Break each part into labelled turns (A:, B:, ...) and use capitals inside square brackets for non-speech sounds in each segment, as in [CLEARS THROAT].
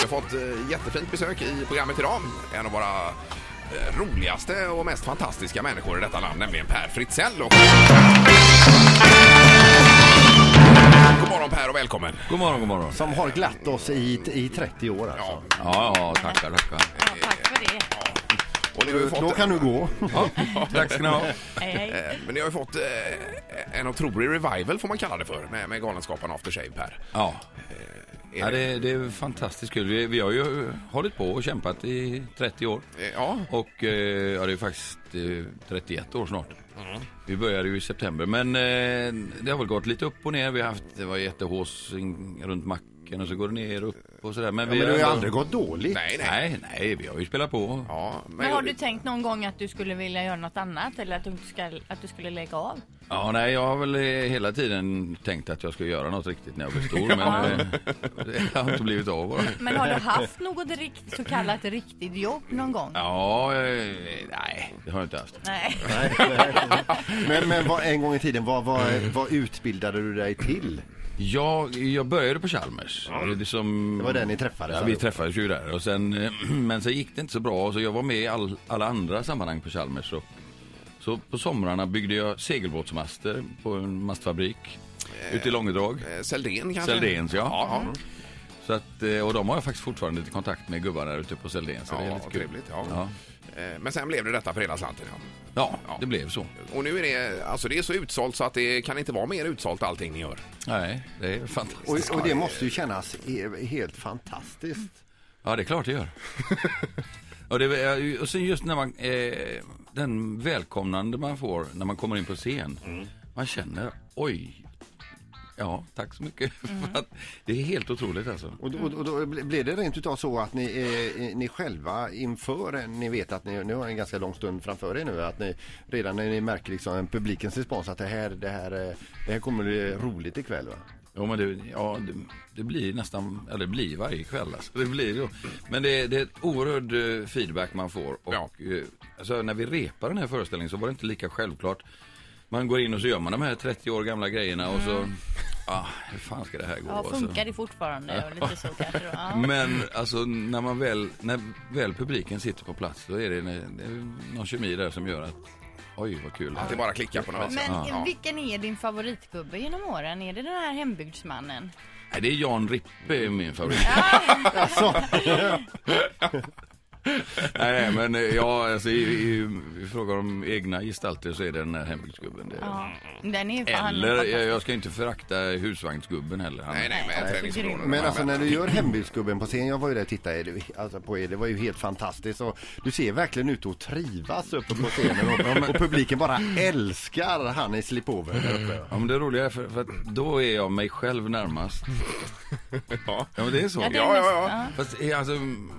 A: har fått eh, jättefint besök i programmet idag. En av våra eh, roligaste och mest fantastiska människor i detta land, nämligen Per Fritzell. Och... God morgon Per och välkommen.
B: God morgon, god morgon.
C: Som har glatt oss i, i 30 år alltså.
A: Ja,
B: Ja, ja, tackar, tackar.
D: Ja, tack för det.
A: och ni har ju fått...
C: Då kan du gå.
B: Ja, tack ska ni ha.
D: Hej, hej.
A: Eh, Men ni har ju fått eh, en otrolig revival får man kalla det för med, med Galenskaparna After Shave Per.
B: Ja,
C: Eh,
A: Är
B: ja
A: det-
B: det, det är fantastiskt kul. Vi, vi har ju hållit på och kämpat i 30 år.
A: eh, Ja,
B: Och eh, ja, det är faktiskt eh, 31 år snart.
C: Mm.
B: Vi började ju i september. Men eh, det har väl gått lite upp och ner. Vi har haft, det var jättehaussing runt macken och så går det ner upp och sådär. Men,
C: Men
B: vi
C: det har ju
B: ändå-
C: aldrig gått dåligt.
A: nej, nej.
B: Nej, nej, vi har ju spelat på.
A: Ja, men,
D: Men har du tänkt någon gång att du skulle vilja göra något annat eller att du, inte ska, att du skulle lägga av?
B: Ja, nej, jag har väl eh, hela tiden tänkt att jag ska göra något riktigt när jag blir
C: [LAUGHS]
B: stor, men eh, det har inte blivit av bara.
D: Men har du haft något rikt, så kallat riktigt jobb någon gång?
B: Ja, eh, nej, det har jag inte haft.
D: Nej.
C: Nej, nej. Men, men vad, en gång i tiden, vad, vad, vad utbildade du dig till?
B: Jag, jag började på Chalmers. Det, som,
C: Det var där ni träffades alltså.
B: Ja, vi
C: allihop.
B: träffades ju där. Och sen, eh, [CLEARS THROAT] men sen gick det inte så bra, så jag var med i all, alla andra sammanhang på Chalmers. Och, så på somrarna byggde jag segelbåtsmaster på en mastfabrik ute i Långedrag.
A: eh, Säldén kanske?
B: Säldéns, ja.
A: ja,
C: Mm.
A: ja.
B: Så att, eh, och de har jag faktiskt fortfarande lite kontakt med gubbarna där ute på Säldéns. så det är
A: Ja,
B: lite kul.
A: trevligt. Ja.
B: Ja.
A: Eh, Men sen blev det detta för hela slanten. Ja.
B: Ja,
A: Ja.
B: det blev så.
A: Och nu är det, alltså det är så utsålt så att det kan inte vara mer utsålt allting ni gör.
B: Nej, det är fantastiskt.
C: Och, och det måste ju kännas he- helt fantastiskt.
B: Ja, det är klart det [LAUGHS] gör. och, det, är- och sen just när man, eh, den välkomnande man får när man kommer in på scen. Man känner, oj, ja, tack så mycket. [LAUGHS] för att, det är helt otroligt alltså.
C: Och, då- och, då- och då bl- blev det rent utav så att ni, eh, ni själva inför, en- ni vet att ni nu har en ganska lång stund framför er nu, att ni redan när ni märker liksom publikens respons att det här, det här, eh, det här kommer bli roligt ikväll va?
B: Jo, men det, ja, det, det blir nästan, eller det blir varje kväll alltså. Det blir, ju- men det, det är ett oerhörd eh, feedback man får. Och,
A: Ja.
B: eh, alltså, när vi repar den här föreställningen så var det inte lika självklart. Man går in och så gör man de här 30 år gamla grejerna och så, ah, hur fan ska det här gå?
D: Mm.
B: alltså?
D: Ja, funkar det fortfarande? Och lite så kanske då. Ja.
B: Men alltså när man väl, när väl publiken sitter på plats då är det, en- det är någon kemi där som gör att oj vad kul.
A: Att det bara klickar på något vis.
D: Men
A: ja.
D: vilken är din favoritgubbe genom åren? Är det den här hembygdsmannen?
B: Nej, det är Jan Rippe är min favorit.
A: [LAUGHS]
B: Nej men eh, ja, alltså, i, i, i fråga om egna gestalter så är det den här hembygdsgubben. Det.
D: Ja. Den är ju fan
B: Eller jag, jag ska inte förakta husvagnsgubben heller. Han,
A: Nej, nej, med
D: Nej,
A: träningsområden.
C: Men alltså när du gör hembygdsgubben på scen, jag var ju där och tittade det- alltså, på er, det var ju helt fantastiskt. Och du ser verkligen ut att trivas uppe på scenen och, och publiken bara älskar han i slipover där uppe.
B: Ja, men det roliga är för, för att då är jag mig själv närmast.
A: Ja.
B: Ja men det är så.
D: Ja, det är
A: Ja, ja, ja.
D: mest-
B: Fast eh, alltså, mm,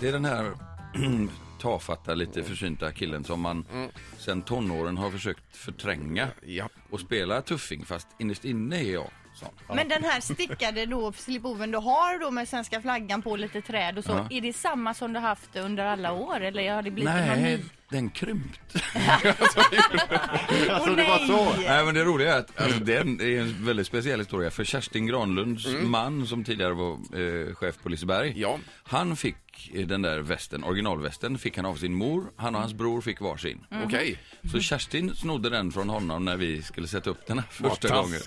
B: det är den här [CLEARS THROAT] tafatta, lite försynta killen som man
A: Mm.
B: sen tonåren har försökt förtränga
A: Ja.
B: och spela tuffing fast innerst inne är jag sån.
D: Men den här stickade då slipoven du har då med svenska flaggan på lite träd och så.
B: Ja.
D: Är det samma som du haft under alla år eller har det blivit någon ny?
B: Nej, den krympt.
C: Alltså
D: Åh,
C: det var
D: nej!
C: så.
B: [LAUGHS] Nej men det roliga är att alltså, den är en väldigt speciell historia för Kerstin Granlunds man som tidigare var eh, chef på Liseberg.
A: Ja.
B: Han fick eh, den där västen, originalvästen, fick han av sin mor. Han och hans bror fick varsin.
A: Okej.
B: Så Kerstin snodde den från honom när vi skulle sätta upp den här första gången.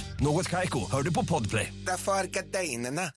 E: Något Kaiko, hör du på Podplay.
F: Därför arkadeinerna.